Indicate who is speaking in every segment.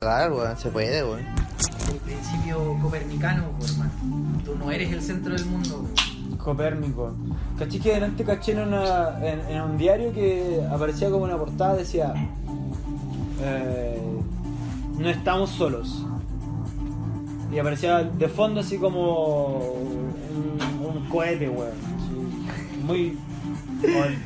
Speaker 1: Claro, weón, se puede, weón.
Speaker 2: El principio copernicano, po, hermano. Tú no eres el centro del mundo. po.
Speaker 3: Copérnico. Caché que adelante caché en, una- en- en un diario que aparecía como una portada, decía, eh, no estamos solos. Y aparecía de fondo así como un, un cohete, weón. así, Muy... o-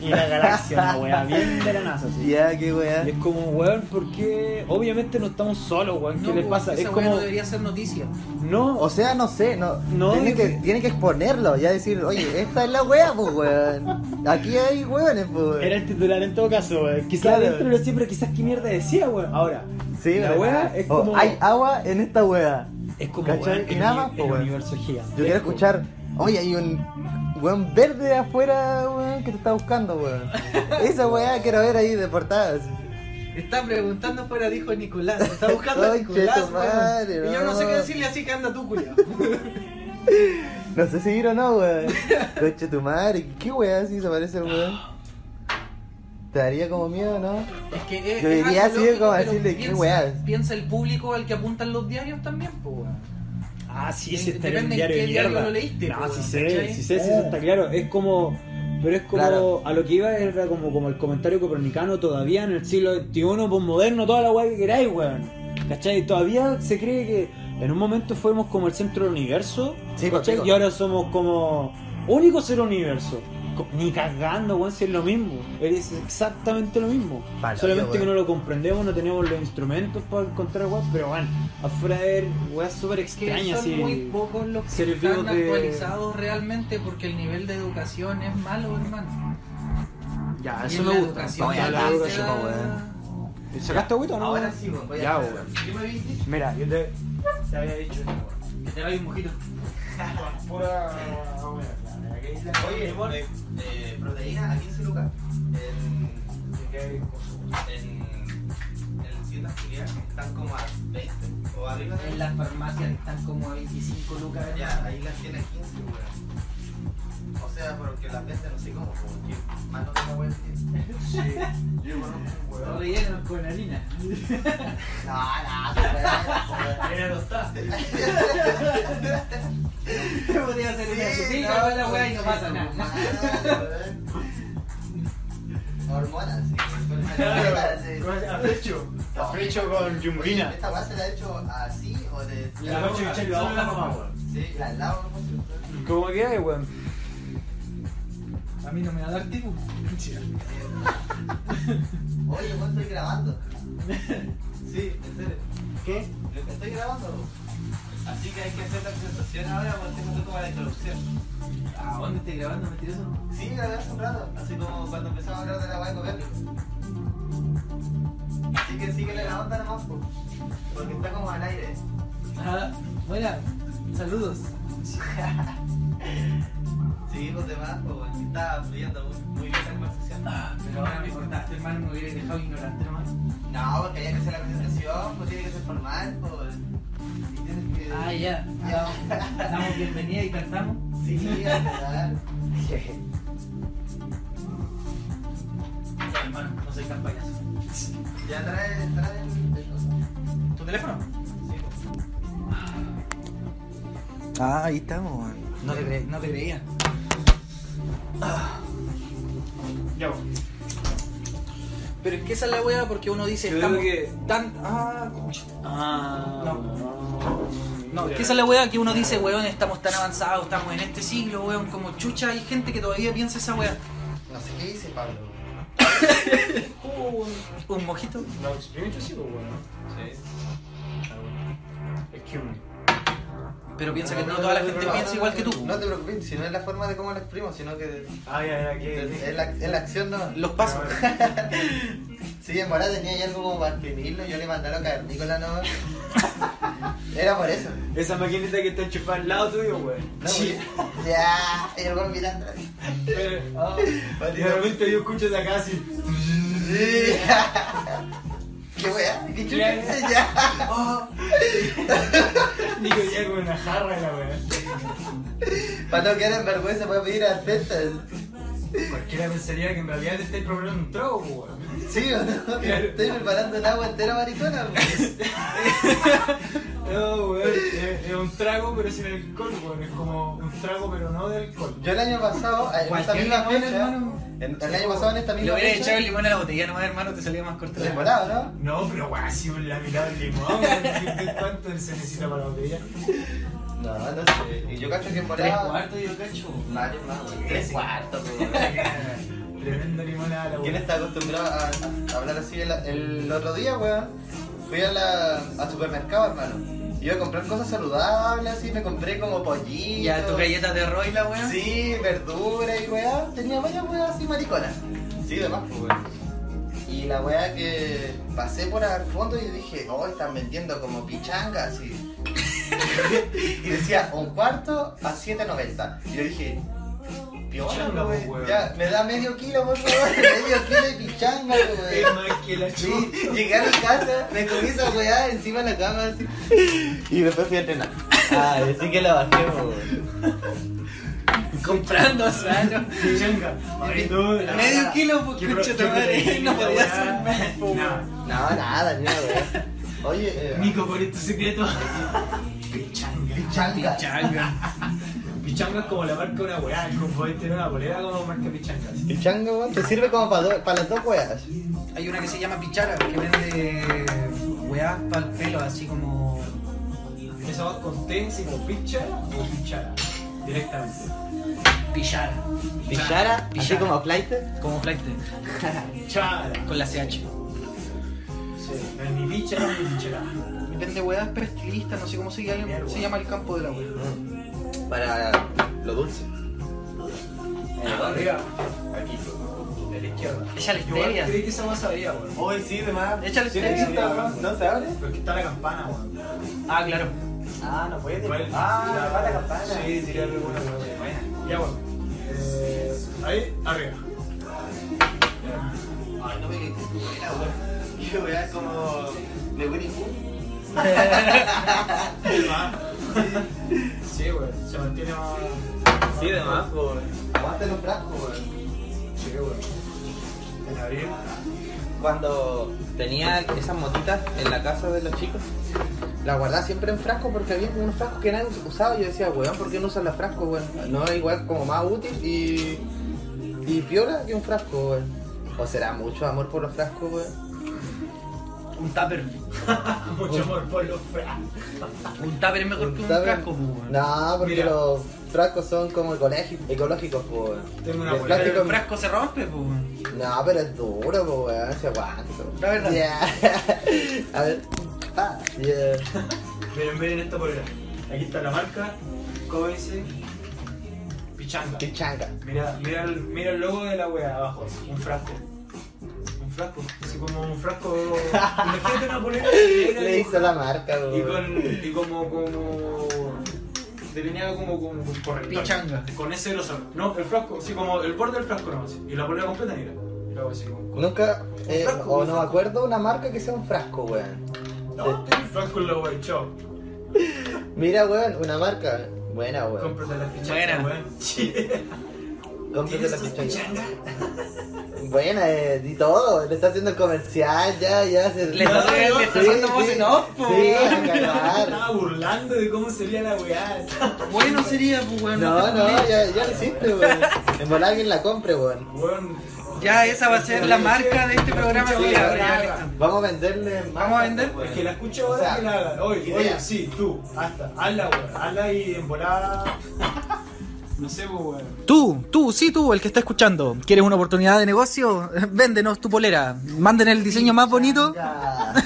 Speaker 3: Y la galaxia, una weá, bien de la NASA, así.
Speaker 1: Ya, qué weá.
Speaker 3: Y es como, weón, porque obviamente no estamos solos, weón. ¿Qué
Speaker 2: No,
Speaker 3: les
Speaker 2: po,
Speaker 3: pasa?
Speaker 2: Esa
Speaker 3: Es
Speaker 2: weá
Speaker 3: como,
Speaker 2: no debería ser noticia.
Speaker 3: no,
Speaker 1: O sea, no sé, no.
Speaker 3: No,
Speaker 1: tiene,
Speaker 3: yo-
Speaker 1: que, tiene que exponerlo, ya decir, oye, esta es la weá, pues weón. Aquí hay weones, pues. weón.
Speaker 3: Era el titular en todo caso, weón. Quizás
Speaker 1: Claro.
Speaker 3: dentro lo siempre, quizás qué mierda decía, weón. Ahora,
Speaker 1: Sí,
Speaker 3: la
Speaker 1: weón.
Speaker 3: weá es
Speaker 1: O,
Speaker 3: como.
Speaker 1: Hay agua en esta weá.
Speaker 3: es como,
Speaker 1: ¿Cachai?
Speaker 3: weón,
Speaker 1: Y
Speaker 3: el,
Speaker 1: nada más,
Speaker 3: uni-
Speaker 1: po,
Speaker 3: el
Speaker 1: weón.
Speaker 3: universo es gigante.
Speaker 1: Yo quiero escuchar, oye, hay un weón verde afuera, weón, que te está buscando, weón. Esa weá quiero ver ahí de portadas.
Speaker 2: Está preguntando fuera, dijo Nicolás. Está buscando a
Speaker 1: Ay,
Speaker 2: Nicolás,
Speaker 1: che, tu madre,
Speaker 2: weón. Y yo no
Speaker 1: no.
Speaker 2: sé qué decirle, así que anda tú, culiao.
Speaker 1: No sé si ir o no, weón. Coche tu madre, qué weá si se parece, weón. Te daría como miedo, ¿no?
Speaker 2: Es que es,
Speaker 1: Yo
Speaker 2: es
Speaker 1: diría
Speaker 2: algo
Speaker 1: así,
Speaker 2: lógico,
Speaker 1: como
Speaker 2: pero
Speaker 1: decirle, ¿qué
Speaker 2: piensa-
Speaker 1: weá?
Speaker 2: Piensa el público al que apuntan los diarios también, po, weón.
Speaker 3: Ah, sí, sí, está
Speaker 2: Depende
Speaker 3: en
Speaker 2: en
Speaker 3: un
Speaker 2: qué
Speaker 3: diario de
Speaker 2: diario
Speaker 3: mierda.
Speaker 2: lo leíste,
Speaker 3: Ah,
Speaker 2: weón,
Speaker 3: sí sé,
Speaker 2: ¿cachai?
Speaker 3: sí sé, sí, eso está claro. Es como. Pero es como.
Speaker 1: Oh. Claro.
Speaker 3: A lo que iba era como, como el comentario copernicano todavía en el siglo XXI, postmoderno, toda la weá que queráis, weón. ¿Cachai? Todavía se cree que en un momento fuimos como el centro del universo.
Speaker 1: Sí, pues,
Speaker 3: ¿cachai?
Speaker 1: contigo.
Speaker 3: Y ahora somos como. Único ser universo. Co- Ni cagando, weón, si es lo mismo. Es exactamente lo mismo.
Speaker 1: Palo,
Speaker 3: Solamente
Speaker 1: yo,
Speaker 3: que
Speaker 1: weón.
Speaker 3: no lo comprendemos, no tenemos los instrumentos para encontrar weón, pero bueno, afuera de weón, súper
Speaker 2: Es que
Speaker 3: extraña,
Speaker 2: son
Speaker 3: Este sí.
Speaker 2: muy pocos los que
Speaker 3: seres
Speaker 2: están
Speaker 3: vivos de-
Speaker 2: actualizados realmente porque el nivel de educación es malo, hermano.
Speaker 3: Ya,
Speaker 2: Y
Speaker 3: eso
Speaker 2: en
Speaker 3: me
Speaker 2: la
Speaker 3: gusta.
Speaker 2: educación
Speaker 1: Oye,
Speaker 2: ya
Speaker 1: acá
Speaker 2: se
Speaker 1: se
Speaker 2: da-
Speaker 1: como, weón.
Speaker 3: ¿Sacaste agüita o no?
Speaker 2: Ahora sí, weón, voy a
Speaker 3: Ya,
Speaker 2: hacer-
Speaker 3: weón.
Speaker 2: ¿Qué me habéis dicho?
Speaker 3: Mira, yo te, te había dicho esto, weón.
Speaker 2: Que te hagáis un mojito.
Speaker 3: Pura.
Speaker 4: Oye, eh, eh, proteína a 15 lucas. En, en, en ciertas filiales están como a 20 o arriba de
Speaker 2: En las farmacias están como a 25 lucas.
Speaker 4: Ya, ahí las tienen 15, weón. O sea, porque las venden no sé cómo, como que más no tengo weón. Sí, yo conozco un
Speaker 2: Lo
Speaker 4: weón.
Speaker 2: rellenan con harina.
Speaker 4: No, no, weón.
Speaker 2: Harina tostada. Te podría hacer una
Speaker 4: Sí,
Speaker 2: chupita con la weá y no pasa nada.
Speaker 4: Hormonas, sí.
Speaker 5: Claro,
Speaker 4: hormonas, sí.
Speaker 5: con- a pecho. A pecho con
Speaker 4: Oye,
Speaker 5: yumbrina.
Speaker 4: ¿Esta base la he hecho así o de.?
Speaker 2: La
Speaker 5: La hoja,
Speaker 2: hoja,
Speaker 5: solo la hoja.
Speaker 4: Sí, la lavo, no sé.
Speaker 3: ¿Cómo que hay, weón?
Speaker 2: A mí no me va a dar tipo.
Speaker 4: Oye, ¿cuándo estoy grabando? Sí, en serio. ¿Qué? Estoy grabando. Así que hay que hacer la presentación ahora porque eso es como la introducción.
Speaker 2: ¿A dónde estoy grabando? ¿Mentiroso?
Speaker 4: Sí, grabé hace un rato, así como cuando empezaba a hablar de la guay Copérnico. Así que síguele la onda nomás, po, porque está como al aire. eh.
Speaker 2: Ah, bueno, saludos.
Speaker 4: Seguimos de más, po, porque está fluyendo muy, muy bien la conversación.
Speaker 2: Ah, Pero ahora me cortaste, hermano, me hubieras dejado ignorante nomás.
Speaker 4: No, porque había que hacer la presentación, pues tiene que ser formal, pues. Y tienes que.
Speaker 2: Ah, ya, ya. Damos bienvenida y cantamos.
Speaker 4: Sí, sí, es verdad.
Speaker 2: Ya, hermano, no soy tan payaso.
Speaker 4: Ya trae, trae el, el coso.
Speaker 2: ¿Tu teléfono?
Speaker 4: Sí, po.
Speaker 1: Ah, ahí estamos, weón.
Speaker 2: No te, cre- no te creía.
Speaker 5: Ya, weón.
Speaker 2: Pero es que esa es la weá porque uno dice,
Speaker 3: Yo
Speaker 2: estamos
Speaker 3: creo que-
Speaker 2: tan... Ah, concha.
Speaker 3: Ah.
Speaker 2: No, es que esa es la weá que uno dice, weón, estamos tan avanzados, estamos en este siglo, weón, como chucha, hay gente que todavía piensa esa weá.
Speaker 4: No sé qué dice Pablo.
Speaker 3: Uh,
Speaker 2: Un mojito.
Speaker 5: No, experimento sí, pues, weón.
Speaker 4: Sí.
Speaker 3: Ah,
Speaker 5: Es que un.
Speaker 2: Pero piensa que no toda la gente piensa igual que tú.
Speaker 4: No te preocupes, si no es la forma de cómo lo exprimo, sino que
Speaker 5: Ah, ya, ya,
Speaker 4: es
Speaker 5: que.
Speaker 4: la, es la acción no.
Speaker 2: Los pasos.
Speaker 4: Sí, en verdad tenía ahí algo como para escribirlo. Yo le mandé a los cavernícolas, ¿no? Era por eso.
Speaker 3: Esa maquinita que está enchufada al lado tuyo, weón.
Speaker 4: No, porque- Ya, y el gol mirando.
Speaker 3: Pero- ah,
Speaker 4: Vale,
Speaker 3: de repente yo escucho esa casa y.
Speaker 4: Sí. ¿Qué weá? ¿Qué chucha?
Speaker 3: Ya.
Speaker 4: Ya.
Speaker 3: Digo, ya con una jarra la weá.
Speaker 4: Para no quedar en vergüenza, voy a pedir a Tetas.
Speaker 3: Cualquiera pensaría que en realidad te estáis preparando un trago, weón.
Speaker 4: Sí, o no,
Speaker 3: Claro.
Speaker 4: estoy preparando el agua entera maricona. weón.
Speaker 3: No, weón. Es, es un trago, pero sin alcohol, weón. Es como un trago, pero no de alcohol.
Speaker 4: Yo el año pasado,
Speaker 6: eh,
Speaker 4: en esta
Speaker 3: Cualquier
Speaker 4: misma
Speaker 3: limón,
Speaker 4: fecha,
Speaker 3: hermano.
Speaker 4: en- el año pasado en esta
Speaker 2: Le
Speaker 4: misma
Speaker 2: hubiera echado el
Speaker 4: fecha,
Speaker 2: limón a la botella nomás, hermano, te salía más corto.
Speaker 4: se volaba, ¿no?
Speaker 3: No, pero weón, si un laminado de limón, weón. ¿Cuánto se necesita para la botella?
Speaker 4: No, no sé. Y yo cacho que
Speaker 2: Tres
Speaker 4: volaba.
Speaker 2: cuartos, yo cacho.
Speaker 4: Varios más, weón. Tres cuartos, weón.
Speaker 3: Tremendo limonada, la
Speaker 4: ¿Quién
Speaker 3: weón.
Speaker 4: está acostumbrado a, a hablar así el, el otro día, weón? Fui a la, al supermercado, hermano. Iba a comprar cosas saludables, así, me compré como pollito.
Speaker 2: Ya, tus galletas de Roy, la weón.
Speaker 4: Sí, verdura y weá. Tenía varias weas así mariconas. Sí, demás, pues weón. Y la weá que pasé por al fondo y dije, oh, están vendiendo como pichangas y. y decía, un cuarto a 7.90. Y yo dije,
Speaker 3: Pichanga,
Speaker 4: piola,
Speaker 3: pues,
Speaker 4: weón.
Speaker 3: weón.
Speaker 4: Ya, me da medio kilo, por favor. medio kilo de pichanga, pues,
Speaker 3: Es
Speaker 4: weón.
Speaker 3: más que la
Speaker 4: Sí,
Speaker 3: chupa.
Speaker 4: llegué a mi casa, me comí esa weá encima de la cama así. Y después fui a entrenar. Ah, así que la bajé, weón.
Speaker 2: Comprando sano.
Speaker 5: Pichanga. Ay, no, la
Speaker 2: Medio
Speaker 5: verdad.
Speaker 2: kilo, pues,
Speaker 5: Qué
Speaker 2: concha
Speaker 5: pro-
Speaker 2: tu
Speaker 5: qué
Speaker 2: madre.
Speaker 5: proteína,
Speaker 2: No podía
Speaker 5: weá.
Speaker 2: hacer más, po,
Speaker 5: Nah.
Speaker 2: weón.
Speaker 4: No, nada, ni una weá. Oye, eh,
Speaker 5: Nico, por este secreto. Pichanga.
Speaker 4: pichanga.
Speaker 2: Changa.
Speaker 3: Pichanga es como la marca de una weá. Como podéis tener una polera como marca pichanga.
Speaker 4: Pichanga, weón, te sirve como para las dos weas.
Speaker 2: Hay una que se llama Pichara, que vende weá para el pelo, así como.
Speaker 3: Esa va con té, así como pichara o pichara. Directamente.
Speaker 2: Pichara.
Speaker 4: Pichara, así
Speaker 2: Pichara.
Speaker 4: como flight.
Speaker 2: Como flight.
Speaker 3: Chara.
Speaker 2: Con la CH.
Speaker 3: Sí, no es ni pichara ni pichara.
Speaker 2: Vende weá, pero estilista, no sé cómo se llama, se llama el campo de la weá.
Speaker 4: Para lo dulce.
Speaker 3: Arriba. Aquí. De la izquierda. Oh.
Speaker 2: Échale
Speaker 3: Yo igual
Speaker 2: stevia.
Speaker 3: creí que esa weá sabía, weón.
Speaker 4: Hoy sí, demás.
Speaker 2: Échale
Speaker 4: ¿Tiene
Speaker 2: stevia.
Speaker 4: pinta, weón? ¿No se abre?
Speaker 3: Pero es que está la campana, weón.
Speaker 2: Ah, claro.
Speaker 4: Ah, no puede.
Speaker 3: Igual-
Speaker 4: Ah, va la campana.
Speaker 3: Sí, sí, algo bueno, weón. Bueno. Ya, weón. Eh, Ahí, arriba.
Speaker 4: Ay, no me grites, buena, weón. Yo weá como. de Winnie Pooh.
Speaker 3: Sí, weón. Se mantiene más.
Speaker 4: Sí, demás, weón. Aguante los brazos, weón.
Speaker 3: Sí, weón. En abril.
Speaker 6: cuando tenía esas motitas en la casa de los chicos, la guardaba siempre en frascos porque había como unos frascos que eran usados. Yo decía, weón, ¿por qué no usan los frascos, weón? No es igual como más útil y. y piola que un frasco, weón. O será mucho amor por los frascos, weón.
Speaker 2: Un tupper.
Speaker 3: Mucho amor por los frascos.
Speaker 2: Un tupper es mejor que un
Speaker 6: ¿Saben?
Speaker 2: frasco, po, weón.
Speaker 6: No, porque
Speaker 3: Mira.
Speaker 6: los frascos son como ecológi- ecológicos, po, weón.
Speaker 3: Tengo una
Speaker 6: El
Speaker 3: polera.
Speaker 2: Pero
Speaker 6: plástico-
Speaker 2: el frasco se rompe, po, weón.
Speaker 6: No, pero es duro, po, weón. Se aguanta.
Speaker 2: La verdad.
Speaker 6: Yeah. A ver. Ah, yeah.
Speaker 3: Miren, miren esta polera. Aquí está la marca. ¿Cómo dice? Pichanga.
Speaker 6: Qué changa.
Speaker 3: Mira, mira, el, mira el logo de la wea abajo. Un frasco. Un frasco. Así como un frasco. Imagínate una polera. negra
Speaker 6: Le
Speaker 3: y-
Speaker 6: hizo la marca,
Speaker 3: Y,
Speaker 6: weón.
Speaker 3: con, y como. como delineado como con con corrector.
Speaker 2: Pichanga.
Speaker 3: Con ese grosor. No, el frasco. Así como el borde del frasco nomás. Y la polera completa negra. Y luego así como.
Speaker 6: Nunca, eh,
Speaker 3: frasco,
Speaker 6: o no
Speaker 3: un
Speaker 6: me
Speaker 3: frasco.
Speaker 6: acuerdo una marca que sea un frasco, weón.
Speaker 3: No, tiene un frasco en la wea. Chao.
Speaker 6: Mira, weón, una marca. Buena, weón.
Speaker 3: Cómprate la pichanga,
Speaker 2: Buena.
Speaker 3: weón. Sí.
Speaker 6: Cómprate
Speaker 3: ¿Tienes
Speaker 6: la
Speaker 3: tus
Speaker 6: pichanga.
Speaker 3: pichangas?
Speaker 6: Buena, eh, y todo. Le está haciendo el comercial, ya, ya. Se...
Speaker 2: Le está
Speaker 3: no,
Speaker 2: le está haciendo voz en off, po,
Speaker 6: Sí,
Speaker 2: weón.
Speaker 6: a cagar.
Speaker 3: Estaba burlando de cómo sería la weá.
Speaker 2: Bueno sería, po, weón.
Speaker 6: No,
Speaker 2: te
Speaker 6: no,
Speaker 2: culpes.
Speaker 6: ya, ya lo hiciste, weón. En volar alguien la compre, weón.
Speaker 3: Weón.
Speaker 2: Ya esa va a ser la marca de este programa,
Speaker 3: Sí,
Speaker 2: culiao,
Speaker 3: la
Speaker 2: ya,
Speaker 3: marca.
Speaker 2: listo.
Speaker 6: Vamos a venderle más.
Speaker 2: Vamos a vender.
Speaker 3: Es que la escucho
Speaker 6: O
Speaker 3: ahora
Speaker 6: sea,
Speaker 3: que la haga. Oye,
Speaker 6: idea.
Speaker 3: oye, sí, tú, hasta, hazla, weón. Hazla y en volada. No sé, pues, weón.
Speaker 2: Tú, tú, sí, tú, el que está escuchando. ¿Quieres una oportunidad de negocio? Véndenos tu polera. Manden el diseño más bonito.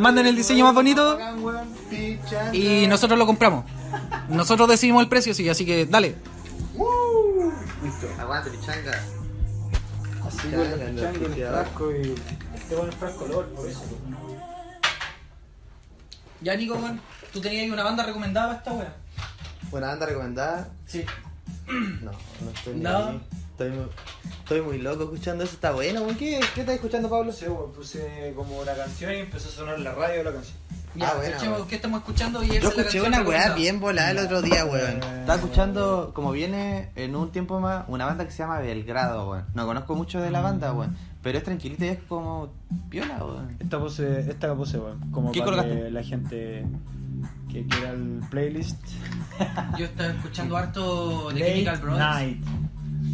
Speaker 2: Manden el diseño más bonito.
Speaker 6: Pichanga.
Speaker 2: Y nosotros lo compramos. Nosotros decidimos el precio, sí, así que dale.
Speaker 6: Aguante, pichanga.
Speaker 3: Así con los
Speaker 6: Changa,
Speaker 3: changos,
Speaker 6: no,
Speaker 3: el frasco y. Te ponen frasco olor, por eso.
Speaker 2: Ya, Nico, weón, tú tenías ahí una banda recomendada para esta weá.
Speaker 1: Buena banda recomendada.
Speaker 2: Sí.
Speaker 1: No, no estoy ni
Speaker 2: No.
Speaker 1: ahí. Estoy muy, estoy muy loco escuchando eso. Está bueno, weón. ¿Qué, ¿Qué estás escuchando, Pablo?
Speaker 3: No sé, weón, puse como la canción y empezó a sonar en la radio la canción.
Speaker 2: Ya,
Speaker 1: Ah, bueno,
Speaker 2: escuchemos
Speaker 1: weón.
Speaker 2: qué estamos escuchando y
Speaker 1: Yo
Speaker 2: esa es la
Speaker 1: escuché
Speaker 2: canción
Speaker 1: una weá
Speaker 2: recomendada.
Speaker 1: bien volada el otro día, weón.
Speaker 3: Eh,
Speaker 1: Estaba escuchando, como viene en un tiempo más, una banda que se llama Belgrado, weón. No conozco mucho de la banda, weón. Pero es tranquilita y es como viola, weón.
Speaker 3: Esta puse, esta puse, weón, como
Speaker 2: ¿Qué
Speaker 3: para
Speaker 2: colgaste?
Speaker 3: que la gente que quiera el playlist.
Speaker 2: Yo estaba escuchando harto de
Speaker 3: Late
Speaker 2: Chemical Brothers.
Speaker 3: Night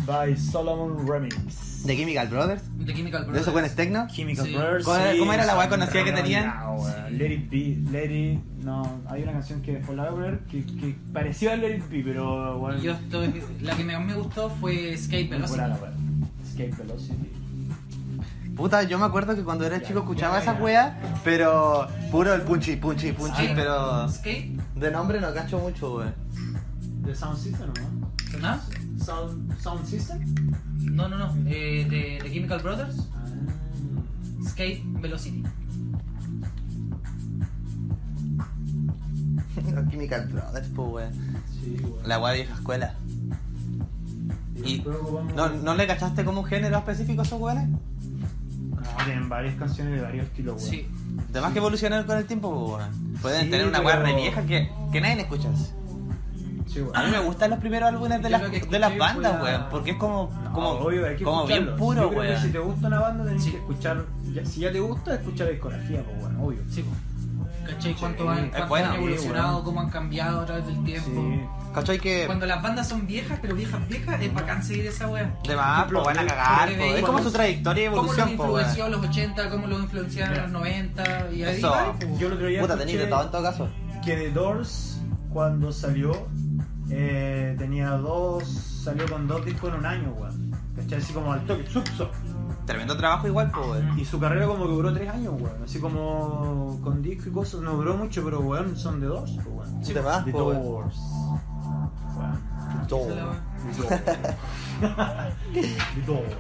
Speaker 3: by Solomon Remix.
Speaker 1: De Chemical Brothers.
Speaker 2: De Chemical
Speaker 1: ¿De
Speaker 2: Brothers.
Speaker 1: esos buenos techno?
Speaker 3: Chemical
Speaker 2: Sí.
Speaker 3: Brothers.
Speaker 1: ¿Cómo era-
Speaker 3: sí,
Speaker 1: cómo era la weá
Speaker 3: son
Speaker 1: conocida que tenían?
Speaker 3: remonao, weón. Let it be, let it. No, hay una canción que después la voy a poner que, que parecía a Let it be, pero bueno.
Speaker 2: Yo estoy, la que más me gustó fue Skate Velocity.
Speaker 3: Escape Velocity.
Speaker 1: Puta, yo me acuerdo que cuando era chico escuchaba esa weá, pero puro el punchy, punchy, punchy,
Speaker 2: Skate-
Speaker 1: pero
Speaker 2: Skate,
Speaker 1: de nombre no cacho mucho, weón.
Speaker 3: ¿De Sound System no?
Speaker 2: ¿sonaba?
Speaker 3: Sound, sound System.
Speaker 2: No, no, no. eh, de, de Chemical Brothers.
Speaker 3: Ah,
Speaker 2: Skate Velocity.
Speaker 1: Los Chemical Brothers, pues, weón.
Speaker 3: sí, bueno.
Speaker 1: La weá vieja escuela. Y-
Speaker 3: luego vamos-
Speaker 1: ¿No, ¿No le cachaste como un género específico a esos weones?
Speaker 3: No, tienen varias canciones de varios estilos, weón.
Speaker 2: Sí.
Speaker 1: Además que evolucionaron con el tiempo, pues, weón. Pueden
Speaker 3: Sí,
Speaker 1: tener una weá
Speaker 3: pero-
Speaker 1: re vieja que, que nadie escucha.
Speaker 3: Sí,
Speaker 1: A mí
Speaker 3: weón.
Speaker 1: me gustan los primeros álbumes
Speaker 2: Yo
Speaker 1: de, las,
Speaker 2: lo que
Speaker 1: de las
Speaker 2: escuché
Speaker 1: bandas,
Speaker 2: fue la-
Speaker 1: weón, porque es como,
Speaker 3: No,
Speaker 1: como,
Speaker 3: Ah, obvio, hay que
Speaker 1: como bien
Speaker 3: escucharlos.
Speaker 1: puro,
Speaker 3: Yo creo que si
Speaker 1: weón.
Speaker 3: te gusta una banda tenés
Speaker 2: Sí.
Speaker 3: que escuchar, ya- si ya te gusta, escuchar la discografía, pues bueno, obvio.
Speaker 2: Sí, po. ¿Cachai? ¿Cuánto, han,
Speaker 3: Es
Speaker 2: cuánto
Speaker 1: bueno.
Speaker 2: han evolucionado?
Speaker 3: Sí,
Speaker 2: ¿Cómo han cambiado a través del tiempo?
Speaker 3: Sí.
Speaker 1: ¿Cachai que
Speaker 2: Cuando las bandas son viejas, pero viejas viejas, es bacán seguir esa wea.
Speaker 1: de más, pues, van a cagar,
Speaker 2: Porque
Speaker 1: po. Es
Speaker 2: veíamos-
Speaker 1: como su trayectoria y
Speaker 2: ¿Cómo los
Speaker 1: evolución, pues, weón.
Speaker 2: influenció en los 80? ¿Cómo los influenciaron en los 90? Y ahí
Speaker 1: Eso.
Speaker 2: va, po.
Speaker 3: Yo el otro día
Speaker 1: pues. Puta,
Speaker 3: escuché
Speaker 1: tenéis de todo en todo caso.
Speaker 3: que The Doors, cuando salió, eh, tenía dos, salió con dos discos en un año, weón. ¿Cachai? Así como al toque, subso.
Speaker 1: Tremendo trabajo igual, pues, weón.
Speaker 3: Y su carrera como que duró tres años, weón. Así como con disco y cosas, no duró mucho, pero weón, son The Doors, pues, weón.
Speaker 1: Sí, te vas,
Speaker 3: The
Speaker 1: po, weón.
Speaker 3: Doors. Weón.
Speaker 1: Todo.
Speaker 2: Esa es la wea.
Speaker 3: The Doors. The Doors.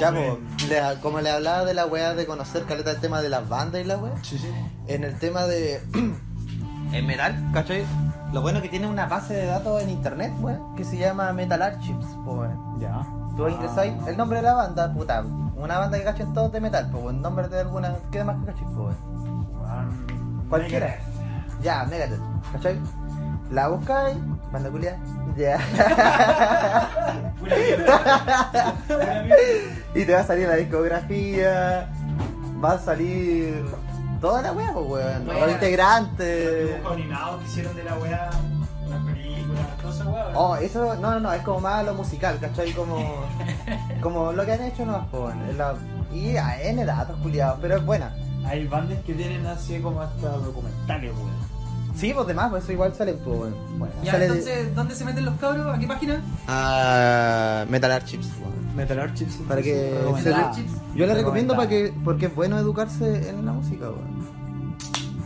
Speaker 1: Ya,
Speaker 3: Open.
Speaker 1: pues, le- como le hablaba de la weá de conocer caleta el tema de las bandas y la weá,
Speaker 3: Sí, sí.
Speaker 1: en el tema de. en metal, ¿cachai? Lo bueno que tiene una base de datos en internet, weón, que se llama Metal Archives, pues, weón.
Speaker 3: Ya.
Speaker 1: Tú ahí
Speaker 2: Ah.
Speaker 1: ingresáis el nombre de la banda, puta, una banda que cachen todos de metal, pues, el nombre de alguna. ¿Qué más que cachen, pues, weón?
Speaker 3: Weón.
Speaker 1: Cualquiera. Ya, Megadeth, ¿cachai? La buscáis, banda culia, ya. y te va a salir la discografía, va a salir toda la wea, pues, weón.
Speaker 2: Buena.
Speaker 1: Los integrantes.
Speaker 3: dibujos animados que hicieron de la weá, las películas, toda esa weá.
Speaker 1: Oh, eso, no, no, no, es como más lo musical, ¿cachai? Como, como lo que han hecho, no, pues, en la- y a N datos, culiados, pero es buena.
Speaker 3: Hay bandas que tienen así como hasta documentales, weón.
Speaker 1: Sí, pues demás, pues eso igual sale, pues, weón. Bueno,
Speaker 2: Ya,
Speaker 1: sale de-
Speaker 2: entonces, ¿dónde se meten los cabros? ¿A qué página?
Speaker 1: Ah, Metal Archives, weón.
Speaker 3: Metal Archives.
Speaker 1: Para que
Speaker 2: Metal Archives.
Speaker 1: Yo le
Speaker 3: Recomendada.
Speaker 1: recomiendo para que porque es bueno educarse en la música, weón.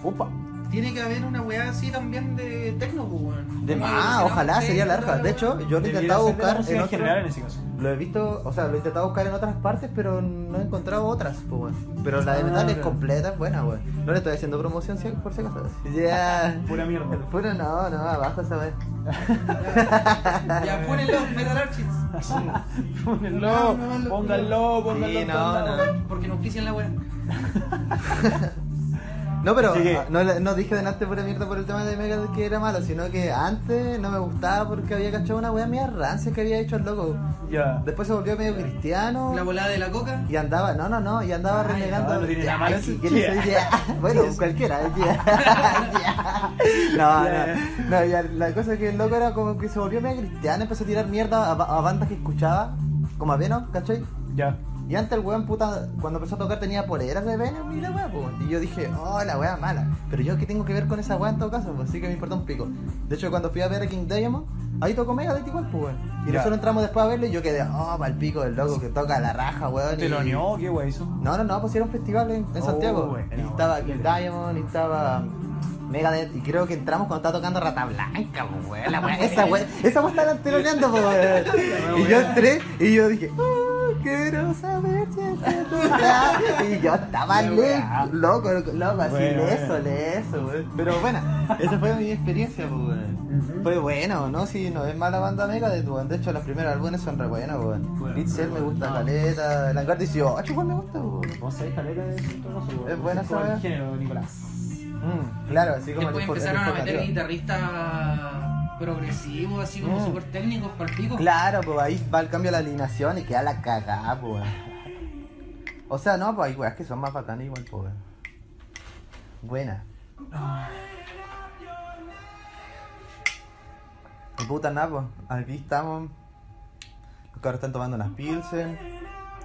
Speaker 3: Opa.
Speaker 2: Tiene que haber una weá así también de techno,
Speaker 7: pues,
Speaker 2: po, weón.
Speaker 1: De
Speaker 2: Como
Speaker 1: más,
Speaker 2: evolucionaron
Speaker 1: ojalá
Speaker 2: ustedes,
Speaker 1: sería
Speaker 2: toda
Speaker 1: larga.
Speaker 2: la
Speaker 1: De
Speaker 2: weá.
Speaker 1: hecho, yo lo he
Speaker 3: Debiera
Speaker 1: intentado
Speaker 3: ser de la
Speaker 1: buscar
Speaker 3: música
Speaker 1: en
Speaker 3: en
Speaker 1: otro-
Speaker 3: general en ese caso.
Speaker 1: Lo he visto, o sea, lo he intentado buscar en otras partes, pero no he encontrado otras, pues, weón. Pero la de
Speaker 3: Ah,
Speaker 1: metal es
Speaker 3: claro.
Speaker 1: completa, es buena, weón. No le estoy haciendo promoción si- por si acaso. Ya.
Speaker 3: Pura mierda.
Speaker 1: Puro no, no, abajo esa vez.
Speaker 2: Ya, ponenlo, Metal Archives.
Speaker 3: Pónganlo, pónganlo, pónganlo.
Speaker 1: Sí, no, no.
Speaker 2: Porque no auspician la weá.
Speaker 1: No, pero
Speaker 3: Así que-
Speaker 1: ah, no, no dije delante pura mierda por el tema de Megadeth que era malo, sino que antes no me gustaba porque había cachado una wea mía rancia que había hecho el loco.
Speaker 3: Ya.
Speaker 1: Después se volvió medio cristiano
Speaker 2: La volada de la coca.
Speaker 1: y andaba, no, no, no, y andaba
Speaker 2: Ay,
Speaker 1: renegando.
Speaker 3: no, no tiene nada malo
Speaker 1: sí,
Speaker 3: eso.
Speaker 1: ¿quién es ese? Ya. Bueno, cualquiera. ya. No,
Speaker 3: Ya,
Speaker 1: no, no, ya, la cosa es que el loco era como que se volvió medio cristiano, empezó a tirar mierda a, ba- a bandas que escuchaba, como a Venom, ¿cachai?
Speaker 3: Ya.
Speaker 1: Y antes el weón puta, cuando empezó a tocar tenía poleras de Venom y la weá, po. Y yo dije, oh, la weá mala. Pero yo qué tengo que ver con esa weá en todo caso, po? así que me importa un pico. De hecho, cuando fui a ver a King Diamond, ahí tocó Megadeth igual, pues weón. Y
Speaker 3: Ya.
Speaker 1: nosotros entramos después a verlo y yo quedé, oh, pa'l pico del loco que toca la raja, weón.
Speaker 3: Este
Speaker 1: y-
Speaker 3: Teloneó, qué weá hizo.
Speaker 1: No, no, no, pues era un festival en, en
Speaker 3: Oh,
Speaker 1: Santiago.
Speaker 3: bueno,
Speaker 1: y estaba
Speaker 3: bueno.
Speaker 1: King Diamond, y estaba Megadeth, y creo que entramos cuando estaba tocando Rata Blanca, pues, po, pues, weón. La weá, esa weá, esa weá estaba teloneando, po, weón. Y yo entré y yo dije, "Oh, Quiero saber si es tu cara. Y yo estaba
Speaker 4: Qué
Speaker 1: le-
Speaker 4: weá.
Speaker 1: loco, loco, loco, así
Speaker 3: Bueno,
Speaker 1: leso,
Speaker 3: bueno.
Speaker 1: leso, weón. Pero bueno, esa fue mi experiencia, pues, weón. Fue bueno, ¿no? Si no es mala banda mega de tu De hecho, los primeros álbumes son re buenos, weón.
Speaker 5: Bueno,
Speaker 1: Beat Cell me gusta
Speaker 5: no.
Speaker 1: caleta, Langard 18, weón, Ah, me gusta, weón.
Speaker 3: Vos sabés, Caleta es un
Speaker 1: Es buena esa
Speaker 3: el
Speaker 1: weá.
Speaker 3: género, Nicolás.
Speaker 1: Mm, claro, así como
Speaker 7: Después
Speaker 1: el info- el
Speaker 7: empezaron a meter
Speaker 1: informativo.
Speaker 7: guitarristas progresivos, así como
Speaker 1: Mm.
Speaker 7: súper técnicos, palpicos.
Speaker 1: Claro, pues ahí va el cambio de la alineación y queda la cagada, pues. weón. O sea, no, pues hay weas que son más bacanas igual, pues. weón. Buena. Y Puta nada, pues. Aquí estamos. Los cabros están tomando unas pilsen.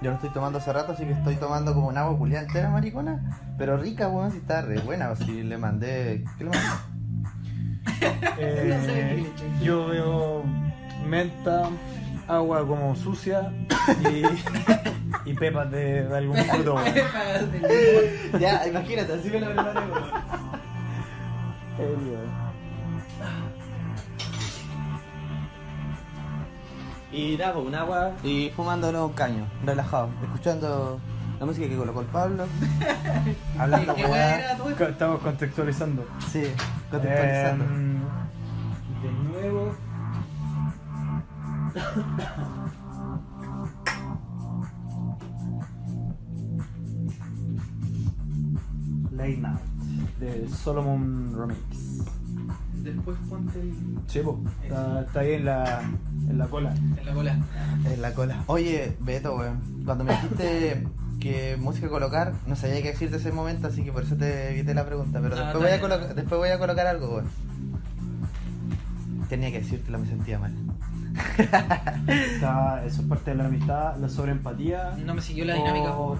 Speaker 1: Yo no estoy tomando hace rato, así que estoy tomando como un agua culiada entera, maricona. Pero rica, weón, si está re buena. pues, Si le mandé. ¿Qué le mandé?
Speaker 7: No sé qué le eché.
Speaker 3: Eh, yo veo menta, agua como sucia y, y pepas de, de algún fruto. weón.
Speaker 1: ya, imagínate, así me lo preparé, weón.
Speaker 6: Y nada, pues, un agua.
Speaker 1: Y fumándonos un caño, relajado, escuchando la música que colocó el Pablo, hablando
Speaker 7: ¿Qué weá
Speaker 1: weá.
Speaker 7: era todo esto?
Speaker 3: Estamos contextualizando.
Speaker 1: Sí, contextualizando.
Speaker 3: Em, de nuevo. Late Night de Solomon Remix.
Speaker 7: Después ponte en
Speaker 3: Chivo, está, está ahí en la, en la cola.
Speaker 7: en la cola.
Speaker 1: En la cola. Oye, Beto, weón, cuando me dijiste que música colocar, no sabía qué decirte ese momento, así que por eso te evité la pregunta, pero
Speaker 7: No,
Speaker 1: después, voy a
Speaker 7: está bien.
Speaker 1: coloca- después voy a colocar algo, weón. Tenía que decírtelo, me sentía mal.
Speaker 3: Está- eso es parte de la amistad, la sobreempatía.
Speaker 7: No me siguió la dinámica.
Speaker 1: Oh.
Speaker 3: o-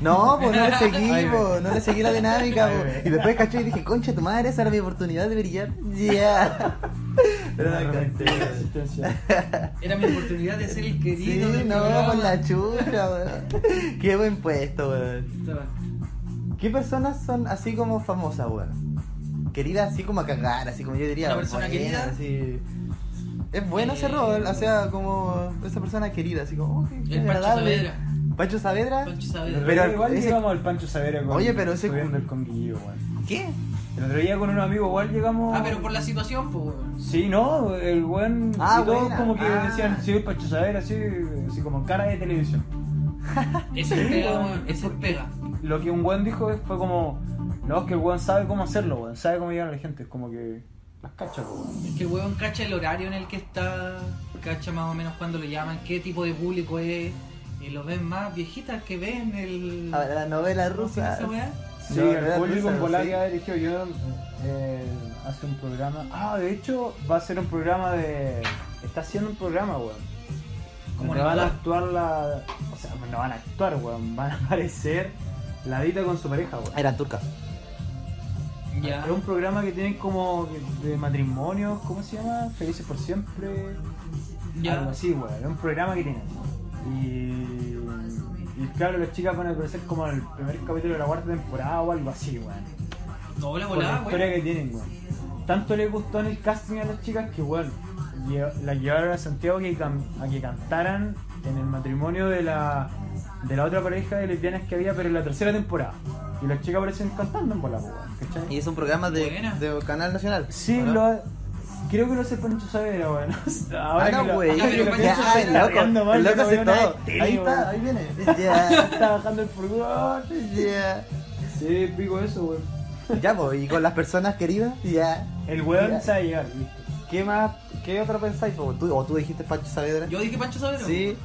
Speaker 1: No, pues no le seguí,
Speaker 3: Ay,
Speaker 1: po,
Speaker 3: güey.
Speaker 1: no le seguí la dinámica,
Speaker 3: Ay,
Speaker 1: po.
Speaker 3: güey.
Speaker 1: Y después caché y dije, concha tu madre, esa era mi oportunidad de brillar. Ya. Pero no alcancé.
Speaker 3: la resistencia.
Speaker 7: Era mi oportunidad de ser el
Speaker 1: Sí,
Speaker 7: querido. del
Speaker 1: no,
Speaker 7: programa.
Speaker 1: con la chucha, weón. Qué buen puesto, weón.
Speaker 7: Estaba.
Speaker 1: ¿Qué personas son así como famosas, weón? Querida así como a cagar, así como yo diría.
Speaker 7: ¿Una persona
Speaker 1: buena,
Speaker 7: querida?
Speaker 1: así. Es bueno ese
Speaker 7: Eh.
Speaker 1: rol, o sea, como esa persona querida, así como, oh, qué, qué
Speaker 7: El Pancho
Speaker 1: agradable.
Speaker 7: Saavedra.
Speaker 1: ¿Pancho Saavedra?
Speaker 7: Pancho Saavedra.
Speaker 1: Pero
Speaker 3: igual
Speaker 1: ese-
Speaker 3: llegamos al Pancho Savera con,
Speaker 1: Oye, pero ese-
Speaker 3: subiendo el conguillo, weón.
Speaker 1: ¿Qué?
Speaker 3: El otro día con un amigo igual llegamos.
Speaker 7: Ah, pero por la situación, pues. weón.
Speaker 3: Sí, no, el buen.
Speaker 1: Ah,
Speaker 3: y todos
Speaker 1: buena.
Speaker 3: como que
Speaker 1: Ah.
Speaker 3: decían, sí, el Pancho Savera, así, así como en cara de televisión.
Speaker 7: Ese es pega,
Speaker 3: weón.
Speaker 7: weón. Ese es pega.
Speaker 3: Lo que un buen dijo fue como. No, es que el buen sabe cómo hacerlo, weón. Sabe cómo llegar a la gente. Es como que. Las cachas, po, weón.
Speaker 7: Es que el weón cacha el horario en el que está, cacha más o menos cuando lo llaman, qué tipo de público es, y lo ven más viejitas que ven el.
Speaker 1: A ver, la novela
Speaker 7: ¿Cómo se llama
Speaker 1: rusa.
Speaker 7: esa weá?
Speaker 3: Sí,
Speaker 1: No,
Speaker 3: el
Speaker 1: era
Speaker 3: público
Speaker 1: rusa,
Speaker 3: en Polar
Speaker 1: sí.
Speaker 3: que ha dirigido yo eh, hace un programa. Ah, de hecho, va a ser un programa de. Está haciendo un programa, weón.
Speaker 7: Como
Speaker 3: Como van a
Speaker 7: Nicolás.
Speaker 3: actuar la. O sea, no van a actuar, weón. Van a aparecer la Dita con su pareja, weón.
Speaker 1: Eran turcas.
Speaker 7: Ya.
Speaker 3: Es un programa que tienen como de- de matrimonio, ¿cómo se llama? Felices por siempre.
Speaker 7: Ya.
Speaker 3: Algo así, weón. Es un programa que tienen. Y, y claro, las chicas van a aparecer como en el primer capítulo de la cuarta temporada o algo así, weón.
Speaker 7: No, la
Speaker 3: Por la
Speaker 7: volada,
Speaker 3: historia
Speaker 7: weón.
Speaker 3: que tienen, weón. Tanto le gustó en el casting a las chicas que, weón, lle- las llevaron a Santiago que can- a que cantaran en el matrimonio de la, de la otra pareja de lesbianas que había, pero en la tercera temporada. Y las chicas aparecen cantando en bola, weón. ¿Cachai?
Speaker 1: Y es un programa de,
Speaker 7: Buena.
Speaker 1: de Canal Nacional.
Speaker 3: Sí,
Speaker 1: ¿o no?
Speaker 3: lo creo que lo hace Pancho Savera, weón. Ahora
Speaker 1: Ah,
Speaker 3: que lo-
Speaker 1: no, güey.
Speaker 7: Ya, pero
Speaker 3: ahora que lo
Speaker 7: Pancho
Speaker 3: pienso,
Speaker 7: Savera-
Speaker 3: está riendo mal,
Speaker 1: el loco
Speaker 3: como
Speaker 1: hace
Speaker 3: una
Speaker 1: todo.
Speaker 3: tele,
Speaker 1: Ahí
Speaker 3: weón.
Speaker 1: está, ahí viene. Ya,
Speaker 3: Está bajando el furgón.
Speaker 1: ya.
Speaker 3: Sí, pico eso, weón.
Speaker 1: Ya, pues, y con las personas queridas, ya.
Speaker 3: El weón
Speaker 1: Ya.
Speaker 3: sabe llegar, listo.
Speaker 1: ¿Qué más? ¿Qué otro pensáis? po? ¿Tú, ¿O tú dijiste Pancho Saavedra?
Speaker 7: Yo dije Pancho Saavedra.
Speaker 1: Sí.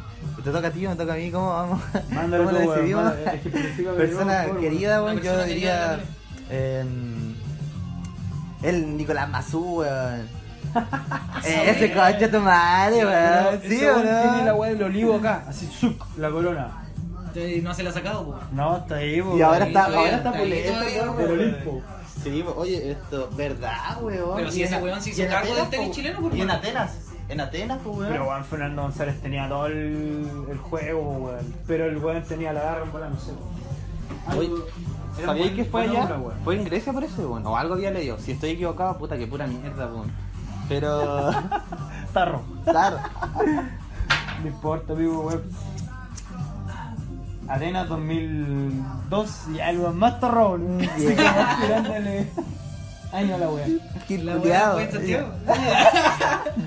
Speaker 1: ¿Te toca a ti o me toca a mí? ¿Cómo vamos?
Speaker 3: Mándalo
Speaker 1: ¿Cómo lo
Speaker 3: tú, weón,
Speaker 1: decidimos?
Speaker 3: mándalo. Es que significa que
Speaker 1: persona
Speaker 3: yo, por favor,
Speaker 1: querida,
Speaker 7: weón.
Speaker 1: weón,
Speaker 7: Una
Speaker 1: yo
Speaker 7: persona querida de la
Speaker 1: diría... em, el Nicolás Mazú, weón. Eh, ese coche tu madre, weón.
Speaker 3: Ese
Speaker 1: ¿Sí o
Speaker 3: weón Tiene la
Speaker 1: no?
Speaker 3: weá del olivo acá, así, suc, la corona.
Speaker 7: Entonces, No se la ha sacado, weón.
Speaker 3: No, está ahí, weón.
Speaker 1: Y ahora está,
Speaker 7: Ahí
Speaker 1: ahora
Speaker 7: está,
Speaker 1: está
Speaker 7: ahí
Speaker 1: pulento,
Speaker 7: todavía,
Speaker 1: weón.
Speaker 3: Del Olimpo.
Speaker 4: Sí, pues, oye, esto, ¿verdad, weón?
Speaker 7: Pero si
Speaker 4: Y
Speaker 7: ese
Speaker 4: en-
Speaker 7: weón se
Speaker 4: y
Speaker 7: hizo
Speaker 4: en
Speaker 7: cargo del
Speaker 4: Atenas,
Speaker 7: tenis
Speaker 4: po,
Speaker 7: chileno, por
Speaker 4: Y en
Speaker 7: favor.
Speaker 4: Atenas, en Atenas, pues,
Speaker 3: Pero
Speaker 4: weón.
Speaker 3: weón, Fernando González tenía todo el, el juego, weón. Pero el weón tenía la garra en bola, no sé.
Speaker 1: Oye,
Speaker 3: Era
Speaker 1: ¿Sabíais
Speaker 3: buen-
Speaker 1: que fue
Speaker 3: buena
Speaker 1: allá?
Speaker 3: obra, weón.
Speaker 1: ¿Fue en Grecia por eso? Bueno, o algo había leído. Si estoy equivocado, puta, que pura mierda, weón. Pero...
Speaker 3: Tarro.
Speaker 1: Claro.
Speaker 3: No importa, vivo, weón. Atenas 2002 y algo más torrón. Así que vamos tirándole año a la wea.
Speaker 1: Qué
Speaker 7: La
Speaker 1: culiao.
Speaker 7: weá fue en Santiago.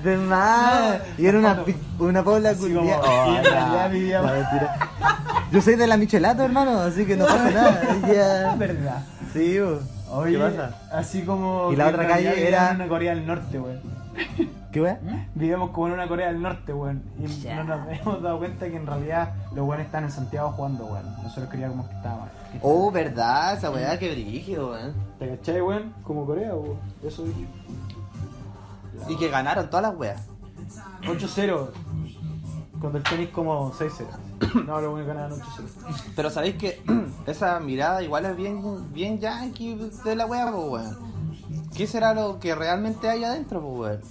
Speaker 1: De más. y era una, pi- una pobla
Speaker 3: Así como,
Speaker 1: culiada.
Speaker 3: y en realidad vivíamos-
Speaker 1: Yo soy de la Michelato, hermano, así que no pasa nada.
Speaker 3: Ah,
Speaker 1: Ya.
Speaker 3: verdad.
Speaker 1: Sí, bo.
Speaker 3: Oye,
Speaker 1: ¿Qué pasa?
Speaker 3: así como.
Speaker 1: Y la
Speaker 3: que en
Speaker 1: otra calle
Speaker 3: realidad
Speaker 1: era-
Speaker 3: vivíamos en una Corea del Norte, weón.
Speaker 1: ¿Qué wea?
Speaker 3: ¿Mm? Vivíamos como en una Corea del Norte, weón. Y no nos hemos dado cuenta que en realidad los weones están en Santiago jugando, weón. Nosotros creíamos que estábamos.
Speaker 1: Oh, verdad, esa weá, qué brígido, weón.
Speaker 3: ¿Te cachai, weón? Como Corea, weón. Eso dije.
Speaker 1: Y que ganaron todas las weas.
Speaker 3: 8-0. Cuando el tenis como 6-0. No, los weones ganaban 8-0.
Speaker 1: Pero sabéis que esa mirada igual es bien, bien yankee de la wea, po, weón. ¿Qué será lo que realmente hay adentro, po, weón?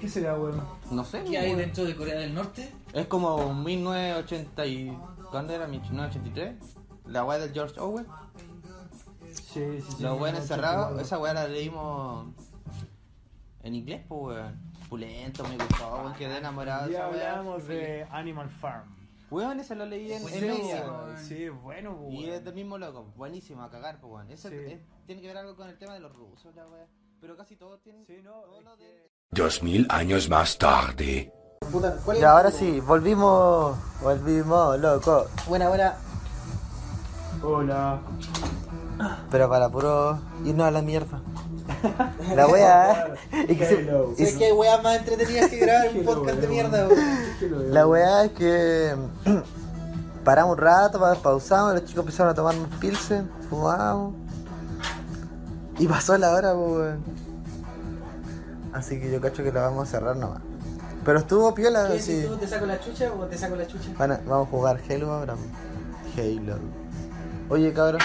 Speaker 3: ¿Qué será, weón?
Speaker 1: No sé,
Speaker 7: ¿Qué hay
Speaker 1: weón.
Speaker 7: dentro de Corea del Norte?
Speaker 1: Es como 1980 y... ¿Cuándo era? 1983. La wea del George Orwell.
Speaker 3: Sí, sí, sí.
Speaker 1: Los
Speaker 3: weón
Speaker 1: weones cerrados. Esa wea la leímos en inglés, po, weón. Pulento, me gustó, weón. Quedé enamorado de
Speaker 3: Ya
Speaker 1: esa wea.
Speaker 3: hablamos de Animal Farm.
Speaker 1: Weón, esa lo leí en, en
Speaker 7: Buenísimo.
Speaker 1: media.
Speaker 3: Sí, bueno, weón.
Speaker 1: Y es del mismo loco, buenísimo a cagar, pues weón. Ese
Speaker 3: Sí.
Speaker 1: es- tiene que ver algo con el tema de los rusos, la weá. Pero casi todos tienen.
Speaker 3: Sí, no,
Speaker 1: todos
Speaker 3: es
Speaker 1: los de-
Speaker 8: Dos mil años más tarde.
Speaker 1: Y ahora sí, volvimos, volvimos, loco. Buena, buena.
Speaker 3: Hola.
Speaker 1: Pero para puro irnos a la mierda. La weá. y que se-
Speaker 3: Hello.
Speaker 1: y
Speaker 6: Es que hay weas más entretenidas que grabar un podcast de mierda, weón.
Speaker 1: La weá es que paramos un rato, pa- pausamos, los chicos empezaron a tomar un pilsen, fumamos. Y pasó la hora, po, weón. Así que yo cacho que la vamos a cerrar nomás. Pero estuvo piola,
Speaker 7: ¿Qué
Speaker 1: sí.
Speaker 7: si tú te saco la chucha o te saco la chucha?
Speaker 1: Van a- vamos a jugar Halo ahora. po. Halo. Oye, cabrón,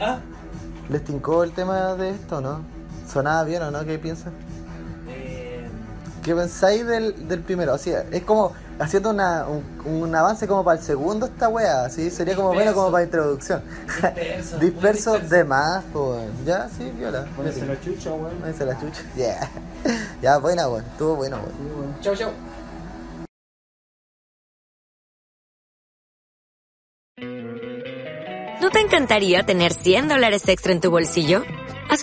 Speaker 7: Ah,
Speaker 1: ¿les tincó el tema de esto, no? ¿Sonaba bien o no? ¿Qué piensan?
Speaker 7: eh,
Speaker 1: ¿Qué pensáis del, del primero? O sea, es como haciendo una- un, un avance como para el segundo esta wea, así sería como bueno como
Speaker 7: Disperso.
Speaker 1: para introducción.
Speaker 7: Disperso, muy
Speaker 1: disperso
Speaker 7: disperso.
Speaker 1: de más, po, weón. Ya, sí, viola.
Speaker 3: Ponerse la chucha, weón.
Speaker 1: Pónganse la chucha. Yeah. Ya, buena, weón. Estuvo bueno, weón.
Speaker 7: chau, chau.
Speaker 9: ¿No te encantaría tener 100 dólares extra en tu bolsillo? Haz